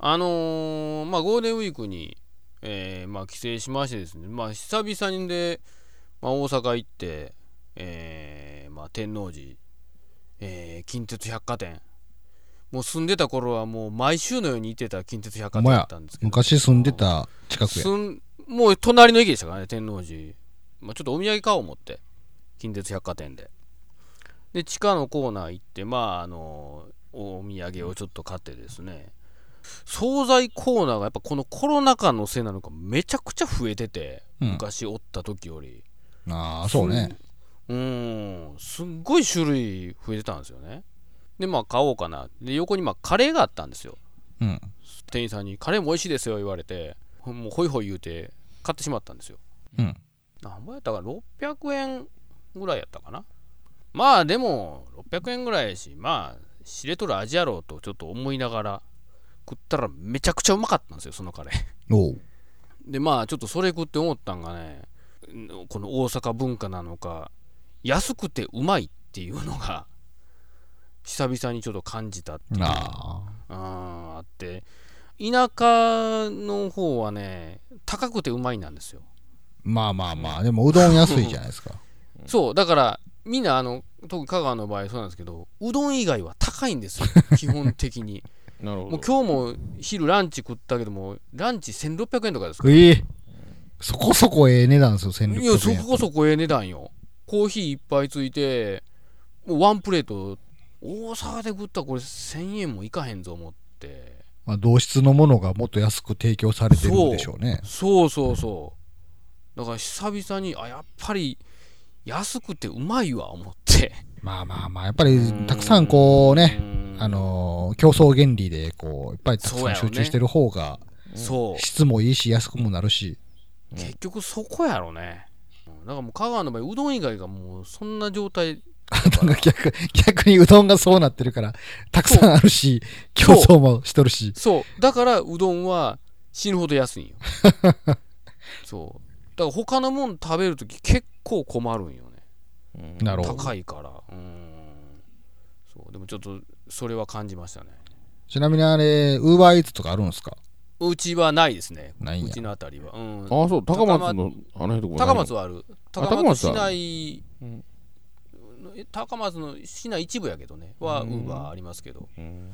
あのーまあゴールデンウィークに、えーまあ帰省しましてですね、まあ久々にで、まあ大阪行って、えーまあ天王寺、えー近鉄百貨店、もう住んでた頃はもう毎週のように行ってた近鉄百貨店だったんですけど、昔住んでた近くやすんもう隣の駅でしたからね天王寺、まあ、ちょっとお土産買おう思って近鉄百貨店でで地下のコーナー行ってまああのお土産をちょっと買ってですね惣菜コーナーがやっぱこのコロナ禍のせいなのかめちゃくちゃ増えてて、うん昔おった時よりああそうねうんすっごい種類増えてたんですよねでまあ買おうかなで横にまあカレーがあったんですようん店員さんに「カレーも美味しいですよ」言われてもうホイホイ言うて買ってしまったんですようんなんぼやったか600円ぐらいやったかなまあでも600円ぐらいやしまあ知れとる味やろうとちょっと思いながら食ったらめちゃくちゃうまかったんですよそのカレーおう でまあちょっとそれ食って思ったんがねんこの大阪文化なのか安くてうまいっていうのが久々にちょっと感じたっていうあうんあって田舎の方はね高くてうまいなんですよまあまあまあでもうどん安いじゃないですかそうだからみんなあの特に香川の場合そうなんですけどうどん以外は高いん ですよ基本的になるほどもう今日も昼ランチ食ったけどもランチ1600円とかですかええそこそこええ値段ですよ戦力いやそこそこええ値段よコーヒーいっぱいついてもうワンプレート大阪で食ったらこれ1000円もいかへんぞ思ってまあ、同質のものがもっと安く提供されてるんでしょうねそうそうそうだから久々にあやっぱり安くてうまいわ思ってまあまあまあやっぱりたくさんこうねうんあのー競争原理でこういっぱいたくそうさやんよね集中してる方がそう質もいいし安くもなるし結局そこやろねうんだからもう香川の場合うどん以外がもうそんな状態なんか逆逆にうどんがそうなってるからたくさんあるし競そう争もしとるしそうだからうどんは死ぬほど安いんよそうだから他のもん食べるとき結構困るんよねうんなるほど高いからうんそうでもちょっとそれは感じましたねちなみにあれウーバーイーツとかあるんですかうちはないですねないんうやちのあたりは、うん、ああそう高松のあの辺とこ高松はあるあ高松高松市はあ内うんえ高松の市内一部やけどねはウうんーバーありますけどうん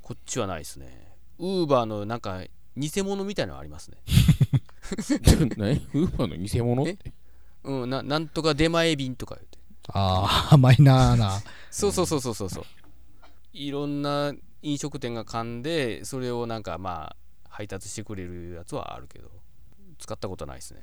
こっちはないですね。ウーバーのなんか偽物みたいなのありますね。何ウーバーの偽物ってうん、ななんとか出前便とか言って。ああマイナー なそうそうそうそうそうそう。いろんな飲食店が噛んで、それをなんかまあ配達してくれるやつはあるけど、使ったことないですね。